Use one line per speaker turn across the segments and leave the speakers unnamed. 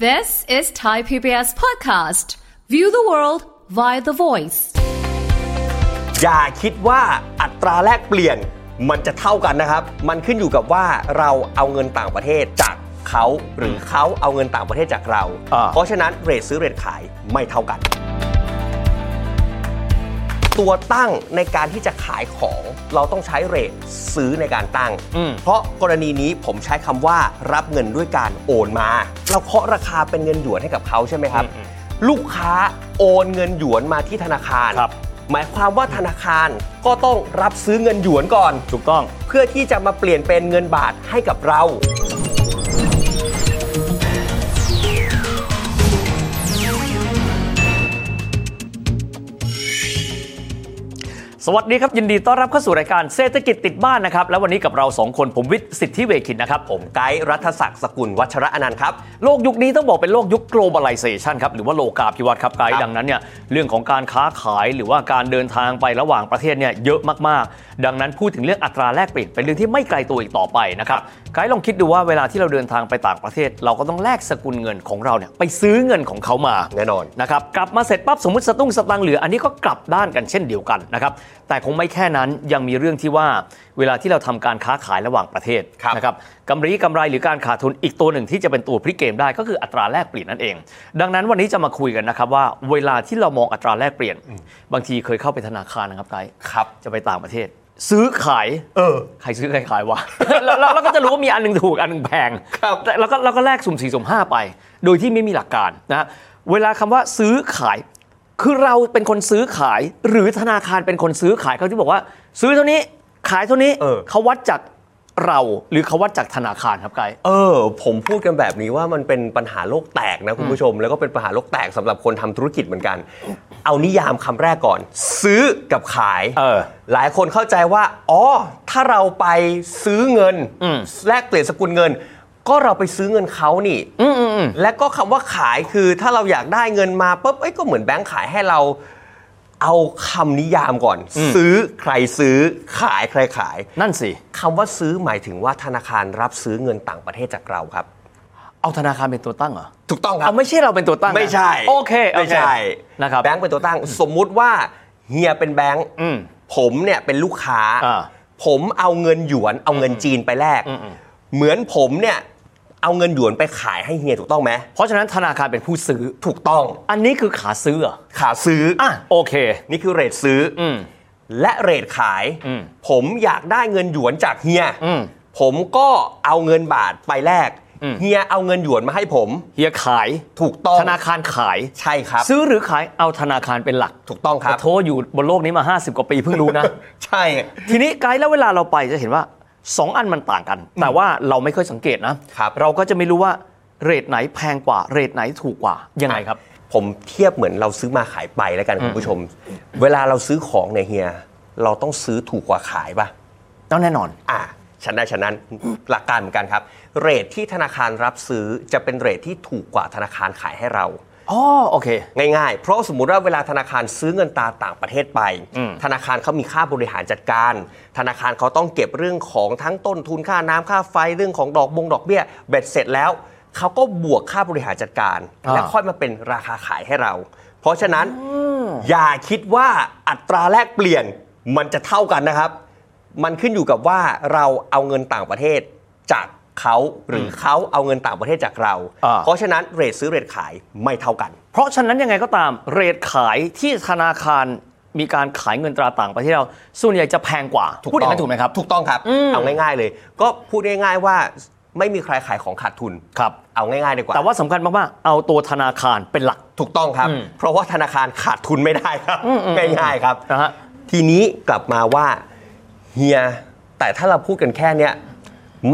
This is Thai PBS podcast. View the world via the voice.
อย่าคิดว่าอัตราแลกเปลี่ยนมันจะเท่ากันนะครับ มันขึ้นอยู่กับว่าเราเอาเงินต่างประเทศจากเขาหรือเขาเอาเงินต่างประเทศจากเรา
อ่า
เพราะฉะนั้นเรทซื้อเรทขายไม่เท่ากัน ตัวตั้งในการที่จะขายของเราต้องใช้เรทซื้อในการตั้ง เพราะกรณีนี้ผมใช้คำว่ารับเงินด้วยการโอนมา เราเคาะราคาเป็นเงินหยวนให้กับเขาใช่ไหมครับ ลูกค้าโอนเงินหยวนมาที่ธนาคาร
ครับ
หมายความว่าธนาคารก็ต้องรับซื้อเงินหยวนก่อน
ถูกต้อง
เพื่อที่จะมาเปลี่ยนเป็นเงินบาทให้กับเรา
สวัสดีครับ ยินดีต้อนรับเข้าสู่รายการเศรษฐกิจติดบ้านนะครับ และวันนี้กับเราสองคนผมวิทย์สิทธิเวคินนะครับ ผม
ไกด์รัฐศักดิ์สกุลวัชระอนันต์ครับ
โลกยุคนี้ต้องบอกเป็นโลกยุค globalization ครับ หรือว่าโลกาภิวัตน์ครับ
ค
ไก
รั
ด์
บ
ดังนั้นเนี่ยเรื่องของการค้าขายหรือว่าการเดินทางไประหว่างประเทศเนี่ยเยอะมากๆ ดังนั้นพูดถึงเรื่องอัตราแลกเปลี่ยนเป็นเรื่องที่ไม่ไกลตัวอีกต่อไปนะครับไกด์ลองคิดดูว่าเวลาที่เราเดินทางไปต่างประเทศ เราก็ต้องแลกสกุลเงินของเราเนี่ยไปซื้อเงินของเขามา
แน่นอน
นะครับกลับมาเสร็จปั๊บสมมติสตุ้งสตังค์เหลืออันนี้ก็กลับด้านกันเช่นเดียวกันนะครับแต่คงไม่แค่นั้นยังมีเรื่องที่ว่าเวลาที่เราทำการค้าขายระหว่างประเทศ
ครับ
นะครับกำไรกำไรหรือการขาดทุนอีกตัวหนึ่งที่จะเป็นตัวพลิกเกมได้ก็คืออัตราแลกเปลี่ยนนั่นเอง ดังนั้นวันนี้จะมาคุยกันนะครับว่าเวลาที่เรามองอัตราแลกเปลี่ยน บางทีเคยเข้าไปธนาคารนะครับไกด์
ครับ
จะไปต่างประเทศ ซื้อขาย
เออ
ใครซื้อใครขายวะ แล้วเราเราก็จะรู้ว่ามีอันหนึงถูกอันหนึงแพง
ครับ
แต่เราก็เราก็แลกสุ่มสี่สุ่มห้าไป โดยที่ไม่มีหลักการนะฮะเวลาคำว่าซื้อขาย คือเราเป็นคนซื้อขาย หรือธนาคารเป็นคนซื้อขายเขาที่บอกว่า ซื้อเท่านี้ขายเท่านี้
เออ
เขาวัดจากเราหรือเขาวัดจากธนาคารครับไกด์
เออ ผมพูดกันแบบนี้ว่ามันเป็นปัญหาโลกแตกนะคุณผู้ชม แล้วก็เป็นปัญหาโลกแตกสำหรับคนทำธุรกิจเหมือนกัน เอานิยามคำแรกก่อน ซื้อกับขาย
เออ
หลายคนเข้าใจว่า อ๋อ ถ้าเราไปซื้อเงิน
อืม
แลกเปลี่ยนสกุลเงิน ก็เราไปซื้อเงินเขานี่
อืมอืมอืม
และก็คำว่าขายคือถ้าเราอยากได้เงินมาปุ๊บเอ้ยก็เหมือนแบงค์ขายให้เรา เอาคำนิยามก่อน
อืม
ซื้อใครซื้อขายใครขาย
นั่นสิ
คำว่าซื้อหมายถึงว่าธนาคารรับซื้อเงินต่างประเทศจากเราครับ
เอาธนาคารเป็นตัวตั้งเหรอ
ถูกต้องครับ
เอาไม่ใช่เราเป็นตัวตั้งนะ
ไม่ใช่
โอเคโอเค
ไม่ใช่
นะครับ
แบงค์เป็นตัวตั้ง สมมุติว่าเฮียเป็นแบงค์
อืม
ผมเนี่ยเป็นลูกค้า
อ่า
ผมเอาเงินหยวนเอาเงินจีนไปแลก
อืมอืม
เหมือนผมเนี่ยเอาเงินหยวนไปขายให้เฮียถูกต้องไหม
เพราะฉะนั้นธนาคารเป็นผู้ซื้อ
ถูกต้อง
อันนี้คือขาซื้อเหรอ
ขาซื้ออ
อ่ะโอเค
นี่คือเรทซื้ออ
อืม
และเรทขาย
อืม
ผมอยากได้เงินหยวนจากเฮีย
อืม
ผมก็เอาเงินบาทไปแลก
อืม
เฮียเอาเงินหยวนมาให้ผม
เฮียขาย
ถูกต้อง
ธนาคารขาย
ใช่ครับ
ซื้อหรือขายเอาธนาคารเป็นหลัก
ถูกต้องค
ข
รั
อบ โทษอยู่บนโลกนี้มา 50 กว่าปีเพิ่งรู้นะ
ใช่
ทีนี้ไกด์แล้วเวลาเราไปจะเห็นว่า 2 อันมันต่างกัน แต่ว่าเราไม่ค่อยสังเกตนะครับ เราก็จะไม่รู้ว่าเรทไหนแพงกว่า เรทไหนถูกกว่า ยังไงครับ
ผมเทียบเหมือนเราซื้อมาขายไปแล้วกันคุณผู้ชม เวลาเราซื้อของเนี่ยเฮีย เราต้องซื้อถูกกว่าขายป่ะ
แล้วแน่นอน
อ่าฉันได้ฉันนั้นหลักการเหมือนกันครับ เรทที่ธนาคารรับซื้อจะเป็นเรทที่ถูกกว่าธนาคารขายให้เรา
อ๋อโอเค
ง่ายๆ เพราะสมมุติว่าเวลาธนาคารซื้อเงินตาต่างประเทศไป
อืม
ธนาคารเขามีค่าบริหารจัดการ ธนาคารเขาต้องเก็บเรื่องของทั้งต้นทุนค่าน้ำค่าไฟเรื่องของดอกบงดอกเบี้ยเบ็ดเสร็จแล้ว เขาก็บวกค่าบริหารจัดการ
อ่า
แล้วค่อยมาเป็นราคาขายให้เรา เพราะฉะนั้นอย่าคิดว่าอัตราแลกเปลี่ยนมันจะเท่ากันนะครับ มันขึ้นอยู่กับว่าเราเอาเงินต่างประเทศจากเขาหรือเขาเอาเงินต่างประเทศจากเรา
อ่า
เพราะฉะนั้นเรทซื้อเรทขายไม่เท่ากัน
เพราะฉะนั้นยังไงก็ตามเรทขายที่ธนาคารมีการขายเงินตราต่างประเทศเราส่วนใหญ่จะแพงกว่าพูดอย่างนั้นถูกไหมครับ
ถูกต้องครับ เอาง่ายๆเลย ก็พูดง่ายๆว่าไม่มีใครขายของขาดทุน
ครับ
เอาง่ายๆดีกว่า
แต่ว่าสำคัญมากๆเอาตัวธนาคารเป็นหลัก
ถูกต้องครับ
อืม
เพราะว่าธนาคารขาดทุนไม่ได้ครับ
อืมอืม
ง่ายๆครับ
นะฮะ
ทีนี้กลับมาว่าเฮีย แต่ถ้าเราพูดกันแค่เนี้ย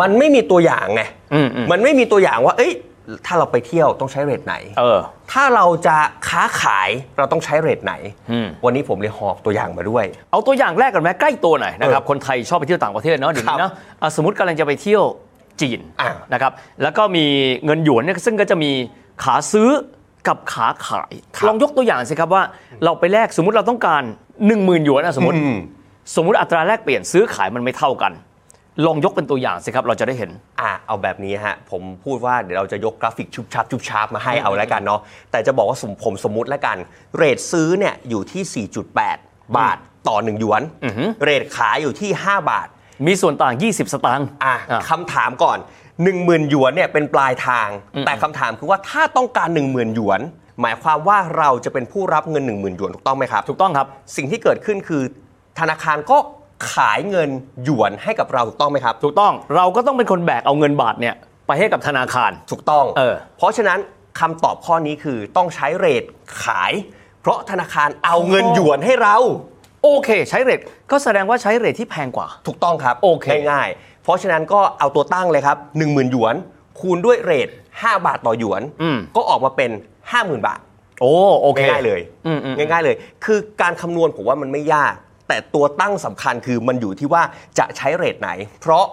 มันไม่มีตัวอย่างไง
อืมอืม
มันไม่มีตัวอย่างว่า เอ้ย ถ้าเราไปเที่ยวต้องใช้เรทไหน
เออ
ถ้าเราจะค้าขายเราต้องใช้เรทไหน
อืม
วันนี้ผมเลยหอบตัวอย่างมาด้วย
เอาตัวอย่างแรกก่อนไหมใกล้ตัวหน่อยนะครับ
เออ
คนไทยชอบไปเที่ยวต่างประเทศเนาะเดี๋ยวนี้
ครั
เนาะ
บ
อ่ะสมมติกำลังจะไปเที่ยวจีน
อ่ะ
นะครับแล้วก็มีเงินหยวนเนี่ยซึ่งก็จะมีขาซื้อกับขาขาย
ครับ
ลองยกตัวอย่างสิครับว่าเราไปแลกสมมติเราต้องการ 1 0,000หยวนนะสมมติ
อืม
สมมติอัตราแลกเปลี่ยนซื้อขายมันไม่เท่ากัน ลองยกเป็นตัวอย่างสิครับเราจะได้เห็น
อ่ะเอาแบบนี้ฮะ ผมพูดว่าเดี๋ยวเราจะยกกราฟิกชุบชับชุบชับมาให้เอาแล้วกันเนาะแต่จะบอกว่าสมผมสมมุติแล้วกัน เรทซื้อเนี่ยอยู่ที่ 4.8 บาทต่อ 1 หยวน เรทขายอยู่ที่ 5 บาท
มีส่วนต่าง 20 สตางค์
อ่ะ
อ่ะ
คำถามก่อน 10,000หยวนเนี่ยเป็นปลายทาง แต่คำถามคือว่าถ้าต้องการ 10,000หยวน หมายความว่าเราจะเป็นผู้รับเงิน 10,000หยวนถูกต้องไหมครับ
ถูกต้องครับ
สิ่งที่เกิดขึ้นคือ ธนาคารก็ขายเงินหยวนให้กับเราถูกต้องไหมครับ
ถูกต้องเราก็ต้องเป็นคนแบกเอาเงินบาทเนี่ยไปให้กับธนาคาร
ถูกต้อง
เออ
เพราะฉะนั้นคำตอบข้อนี้คือต้องใช้เรทขาย เพราะธนาคารเอาเงินหยวนให้เรา
โอเค ใช้เรทก็แสดงว่าใช้เรทที่แพงกว่า
ถูกต้องครับ
โอเค
ง่ายๆเพราะฉะนั้นก็เอาตัวตั้งเลยครับ 10,000หยวน คูณด้วยเรท5 บาทต่อหยวน ก็ออกมาเป็น 50,000 บาท
โอ้โอเค
ง่ายๆเลย
อืมอืม
ง่ายๆเลย คือการคำนวณผมว่ามันไม่ยาก แต่ตัวตั้งสำคัญคือมันอยู่ที่ว่าจะใช้เรทไหน เพราะ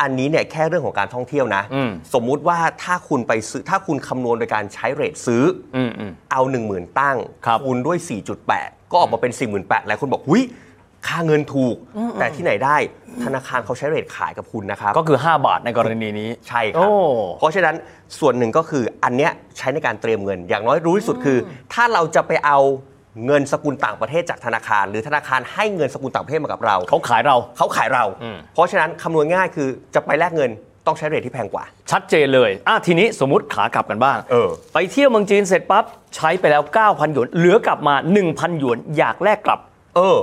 อันนี้เนี่ยแค่เรื่องของการท่องเที่ยวนะ สมมุติว่าถ้าคุณไปซื้อถ้าคุณคำนวณโดยการใช้เรทซื้ออเอา 1 0,000 ตั้ง
ครับ
ณด้วย 4.8 ก็ออกมาเป็น 48,000หลายคนบอกหุยค่าเงินถูก แต่ที่ไหนได้ธนาคารเขาใช้เรทขายกับคุณนะครับ
ก็คือ 5 บาทในกรณีนี้
ใช่ครับ
โอ้
เพราะฉะนั้นส่วนหนึ่งก็คืออันเนี้ยใช้ในการเตรียมเงิน อย่างน้อยรู้ที่สุดคือ ถ้าเราจะไปเอาเงินสกุลต่างประเทศจากธนาคาร หรือธนาคารให้เงินสกุลต่างประเทศมากับเรา
เขาขายเรา
เขาขายเรา
อืม
เพราะฉะนั้นคำนวณง่ายคือจะไปแลกเงินต้องใช้เรทที่แพงกว่า
ชัดเจนเลยอ่ะทีนี้สมมติขากลับกันบ้าง
เออ
ไปเที่ยวเมืองจีนเสร็จปั๊บใช้ไปแล้ว 9,000 หยวน เหลือกลับมา 1,000 หยวน อยากแลกกลับ
เออ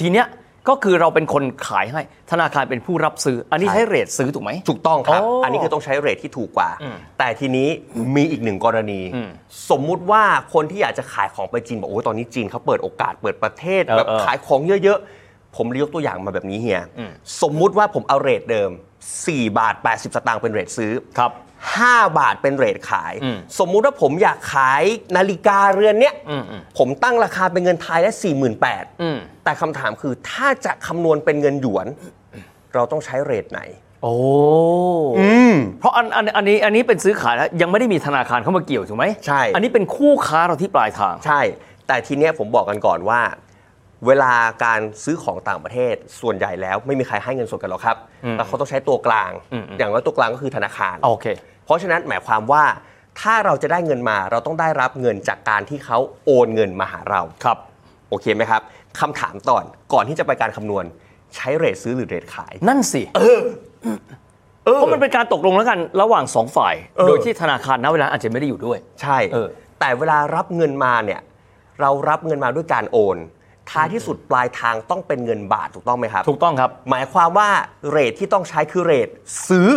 ทีเนี้ยก็คือเราเป็นคนขายให้ธนาคารเป็นผู้รับซื้อ อันนี้ใช้เรทซื้อถูกไหม
ถูกต้องครับ
โอ้
อันนี้คือต้องใช้เรทที่ถูกกว่า แต่ทีนี้มีอีกหนึ่งกรณี สมมุติว่าคนที่อยากจะขายของไปจีนบอกโอ้ยตอนนี้จีนเขาเปิดโอกาสเปิดประเทศ
เออ
แบบ
เออ
ขายของเยอะๆ ผมยกตัวอย่างมาแบบนี้เฮีย สมมุติว่าผมเอาเรทเดิม 4 บาท 80 สตางค์เป็นเรทซื้อ
ครับ
5 บาทเป็นเรทขาย
อืม
สมมุติว่าผมอยากขายนาฬิกาเรือนเนี้ย
อืมอืม
ผมตั้งราคาเป็นเงินไทยและ
อืม
48,000แต่คำถามคือถ้าจะคำนวณเป็นเงินหยวน เราต้องใช้เรทไหน
โอ้เพราะอันอันอันนี้อันนี้เป็นซื้อขายแล้วยังไม่ได้มีธนาคารเข้ามาเกี่ยวถูกไหม
ใช่
อันนี้เป็นคู่ค้าเราที่ปลายทาง
ใช่ แต่ทีเนี้ยผมบอกกันก่อนว่า เวลาการซื้อของต่างประเทศส่วนใหญ่แล้วไม่มีใครให้เงินสดกันหรอกครับแต่เขาต้องใช้ตัวกลาง อย่างน้อยตัวกลางก็คือธนาคาร
โอเค
เพราะฉะนั้นหมายความว่าถ้าเราจะได้เงินมาเราต้องได้รับเงินจากการที่เขาโอนเงินมาหาเรา
ครับ
โอเคไหมครับคำถามต่อนก่อนที่จะไปการคำนวณใช้เรทซื้อหรือเรทขาย
นั่นสิ เพราะมันเป็นการตกลงแล้วกันระหว่างสองฝ่าย
เออ
โดยที่ธนาคารณเวลาอาจจะไม่ได้อยู่ด้วย
ใช่
เออ
แต่เวลารับเงินมาเนี่ยเรารับเงินมาด้วยการโอน ท้ายที่สุดปลายทางต้องเป็นเงินบาทถูกต้องไหมครับ
ถูกต้องครับ
หมายความว่าเรทที่ต้องใช้คือเรทซื้อ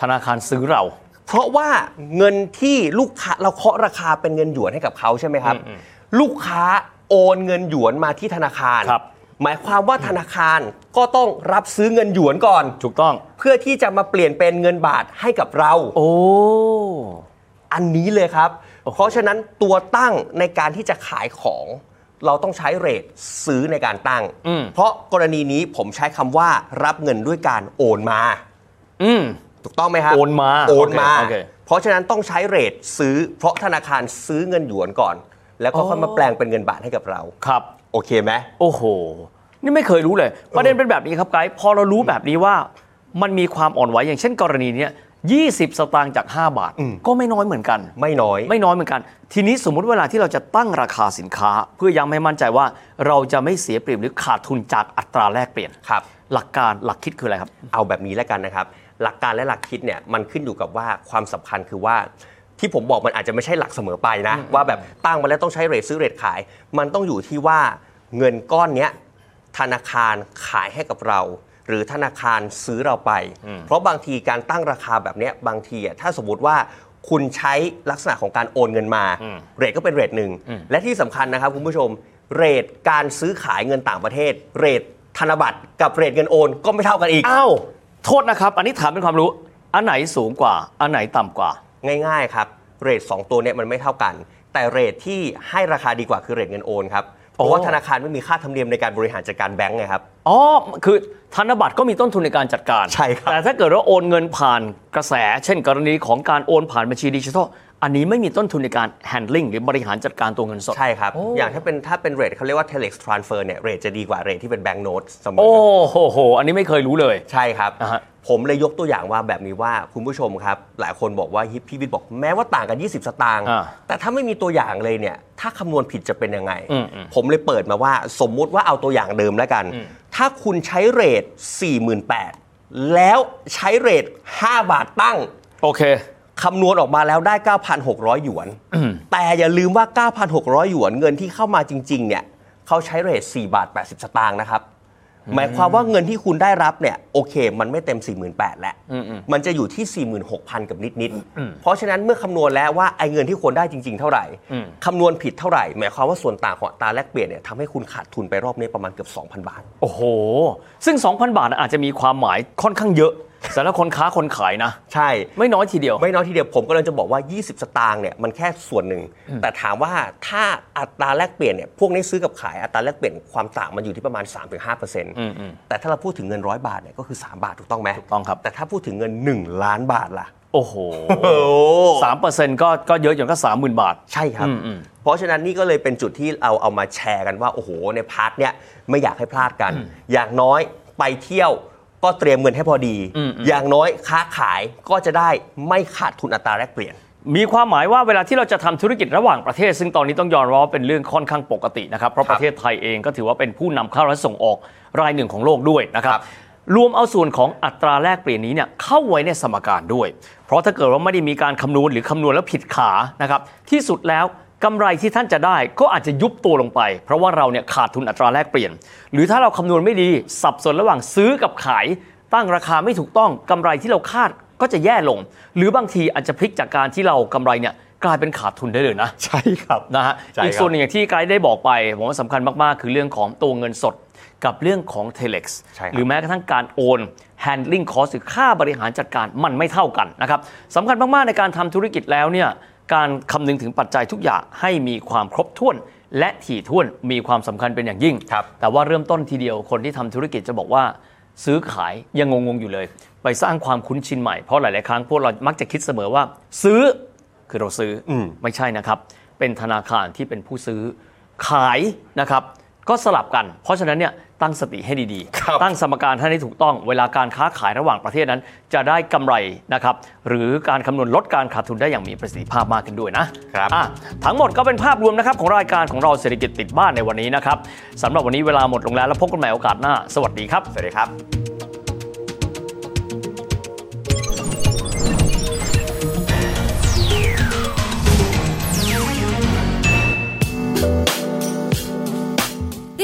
ธนาคารซื้อเรา
เพราะว่าเงินที่ลูกค้าเราเคาะราคาเป็นเงินหยวนให้กับเขาใช่ไหมครับ ลูกค้าโอนเงินหยวนมาที่ธนาคาร
ครับ
หมายความว่าธนาคารก็ต้องรับซื้อเงินหยวนก่อน
ถูกต้อง
เพื่อที่จะมาเปลี่ยนเป็นเงินบาทให้กับเรา
โอ้
อันนี้เลยครับ เพราะฉะนั้นตัวตั้งในการที่จะขายของ เราต้องใช้เรทซื้อในการตั้ง
อืม
เพราะกรณีนี้ผมใช้คำว่ารับเงินด้วยการโอนมา
อืม
ถูกต้องไหมครับ
โอนมา
โอนมา
โอเคโอเค
เพราะฉะนั้นต้องใช้เรทซื้อ เพราะธนาคารซื้อเงินหยวนก่อน แล้วก็ค่อย
อ๋อ
มาแปลงเป็นเงินบาทให้กับเรา
ครับ
โอเคไหม
โอ้โห นี่ไม่เคยรู้เลย ประเด็นเป็นแบบนี้ครับไกด์พอเรารู้แบบนี้ว่ามันมีความอ่อนไหวอย่างเช่นกรณีเนี้ย20 สตางค์จาก 5 บาท ก็ไม่น้อยเหมือนกัน
ไม่น้อย
ไม่น้อยเหมือนกัน ทีนี้สมมุติเวลาที่เราจะตั้งราคาสินค้า เพื่อยังให้มั่นใจว่าเราจะไม่เสียเปรียบหรือขาดทุนจากอัตราแลกเปลี่ยน
ครับ
หลักการหลักคิดคืออะไรครับ
เอาแบบนี้แล้วกันนะครับ หลักการและหลักคิดเนี่ยมันขึ้นอยู่กับว่าความสำคัญคือว่า ที่ผมบอกมันอาจจะไม่ใช่หลักเสมอไปนะ ว่าแบบตั้งมาแล้วต้องใช้เรทซื้อเรทขาย มันต้องอยู่ที่ว่าเงินก้อนเนี้ยธนาคารขายให้กับเรา หรือธนาคารซื้อเราไป เพราะบางทีการตั้งราคาแบบเนี้ยบางทีอะถ้าสมมติว่าคุณใช้ลักษณะของการโอนเงินมา เรทก็เป็นเรทหนึ่งและที่สำคัญนะครับคุณผู้ชมเรทการซื้อขายเงินต่างประเทศ เรทธนบัตรกับเรทเงินโอนก็ไม่เท่ากันอีก
อ้าว โทษนะครับ อันนี้ถามเป็นความรู้ อันไหนสูงกว่า อันไหนต่ำกว่า
ง่ายๆครับ เรท2ตัวเนี่ยมันไม่เท่ากัน แต่เรทที่ให้ราคาดีกว่าคือเรทเงินโอนครับ เพราะว่าธนาคารไม่มีค่าธรรมเนียมในการบริหารจัดการแบงก์ไงครับ
อ๋อ คือธนบัตรก็มีต้นทุนในการจัดการ
ใช่ครับ
แต่ถ้าเกิดว่าโอนเงินผ่านกระแส เช่น กรณีของการโอนผ่านบัญชีดิจิทัล อันนี้ไม่มีต้นทุนในการ handling หรือบริหารจัดการตัวเงินสด
ใช่ครับ
โอ้
อย่างถ้าเป็นถ้าเป็นเรทเขาเรียกว่า telex transfer เนี่ยเรทจะดีกว่าเรทที่เป็นแบงก์โน้ตเสมอ
โอ้โหโห อันนี้ไม่เคยรู้เลย
ใช่ครับ
อ่าฮะ
ผมเลยยกตัวอย่างว่าแบบนี้ว่าคุณผู้ชมครับ หลายคนบอกว่าฮิปพี่วิทย์บอกแม้ว่าต่างกัน 20 สตางค์
อ่า
แต่ถ้าไม่มีตัวอย่างเลยเนี่ย ถ้าคำนวณผิดจะเป็นยังไง
อืมอืม
ผมเลยเปิดมาว่าสมมุติว่าเอาตัวอย่างเดิมแล้วกัน ถ้าคุณใช้เรท 48,000แล้วใช้เรท 5 บาทตั้ง
โอเค
คำนวณออกมาแล้วได้ 9,600 หยวน แต่อย่าลืมว่า 9,600 หยวนเงินที่เข้ามาจริงๆเนี่ยเขาใช้เรท4บาท80 สตางค์นะครับ หมายความว่าเงินที่คุณได้รับเนี่ยโอเค มันไม่เต็ม 48,000แล้วมันจะอยู่ที่ 46,000 กับนิด ๆ เพราะฉะนั้นเมื่อคำนวณแล้วว่าไอ้เงินที่ควรได้จริง ๆ เท่าไหร่คำนวณผิดเท่าไหร่ หมายความว่าส่วนต่างของอัตราแลกเปลี่ยนเนี่ยทำให้คุณขาดทุนไปรอบนี้ประมาณเกือบ 2,000 บาท
โอ้โห ซึ่ง 2,000 บาทน่ะอาจจะมีความหมายค่อนข้างเยอะสำหรับคนค้าคนขายนะ
ใช่
ไม่น้อยทีเดียว
ไม่น้อยทีเดียวผมก็เลยจะบอกว่า 20 สตางค์เนี่ยมันแค่ส่วนหนึ่ง แต่ถามว่าถ้าอัตราแลกเปลี่ยนเนี่ยพวกนี้ซื้อกับขายอัตราแลกเปลี่ยนความต่างมันอยู่ที่ประมาณ 3-5%แต่ถ้าเราพูดถึงเงิน 100 บาทเนี่ยก็คือ 3 บาทถูกต้องไหม
ถูกต้องครับ
แต่ถ้าพูดถึงเงิน 1 ล้านบาทล่ะ
โอ้โหสามเปอร์เซ็นต์ก็ก็เยอะอย่างก็สามหมื่นบาท
ใช่ครับ
อืมอืม
เพราะฉะนั้นนี่ก็เลยเป็นจุดที่เราเอามาแชร์กันว่า โอ้โห ในพาร์ทเนี้ยไม่อยากให้พลาดกัน อย่างน้อยไปเที่ยวก็เตรียมเงินให้พอดี
อืมอืม
อย่างน้อยค้าขายก็จะได้ไม่ขาดทุนอัตราแลกเปลี่ยน
มีความหมายว่าเวลาที่เราจะทำธุรกิจระหว่างประเทศ ซึ่งตอนนี้ต้องยอมรับว่าเป็นเรื่องค่อนข้างปกตินะครับ เพราะ
ครั
ป
บ
ระเทศไทยเองก็ถือว่าเป็นผู้นำเข้าและส่งออกรายหนึ่งของโลกด้วยนะครับ
ครับ
รวมเอาส่วนของอัตราแลกเปลี่ยนนี้เนี่ยเข้าไว้ในสมการด้วย เพราะถ้าเกิดว่าไม่ได้มีการคำนวณหรือคำนวณแล้วผิดขานะครับ ที่สุดแล้วกำไรที่ท่านจะได้ก็อาจจะยุบตัวลงไป เพราะว่าเราเนี่ยขาดทุนอัตราแลกเปลี่ยน หรือถ้าเราคำนวณไม่ดีสับสนระหว่างซื้อกับขาย ตั้งราคาไม่ถูกต้องกำไรที่เราคาดก็จะแย่ลง หรือบางทีอาจจะพลิกจากการที่เรากำไรเนี่ยกลายเป็นขาดทุนได้เลยนะ
ใช่ครับ
นะฮะ
ใช่ครับ
อีกส่วนหนึ่งอย่างที่ไกด์ได้บอกไป ผมว่าสำคัญมาก ๆ คือเรื่องของตัวเงินสดกับเรื่องของ t e l e x
ใช่ครับ
หรือแม้กระทั่งการโอน handling cost หรือค่าบริหารจัดการมันไม่เท่ากันนะครับสำคัญมาก ๆ ในการทำธุรกิจแล้วเนี่ยการคำนึงถึงปัจจัยทุกอย่างให้มีความครบถ้วน และถี่ถ้วนมีความสำคัญเป็นอย่างยิ่ง
ครับ
แต่ว่าเริ่มต้นทีเดียวคนที่ทำธุรกิจจะบอกว่า ซื้อขายยังงง ๆ อยู่เลย ไปสร้างความคุ้นชินใหม่เพราะหลาย ๆ ครั้งพวกเรามักจะคิดเสมอว่า ซื้อคือเราซื้ออไม่ใช่นะครับ เป็นธนาคารที่เป็นผู้ซื้อขายนะครับ ก็สลับกัน เพราะฉะนั้นเนี่ยตั้งสติให้ดี
ครับ
ๆ ตั้งสมการให้ได้ถูกต้องเวลาการค้าขายระหว่างประเทศนั้น จะได้กำไรนะครับหรือการคำนวณลดการขาดทุนได้อย่างมีประสิทธิภาพมากขึ้นด้วยนะ
ครับ
อ่ะทั้งหมดก็เป็นภาพรวมนะครับของรายการของเราเศรษฐกิจติดบ้านในวันนี้นะครับสำหรับวันนี้เวลาหมดลงแล้วแล้วพบกันใหม่โอกาสหน้า สวัสดีครับ
สวัสดีครับ
ต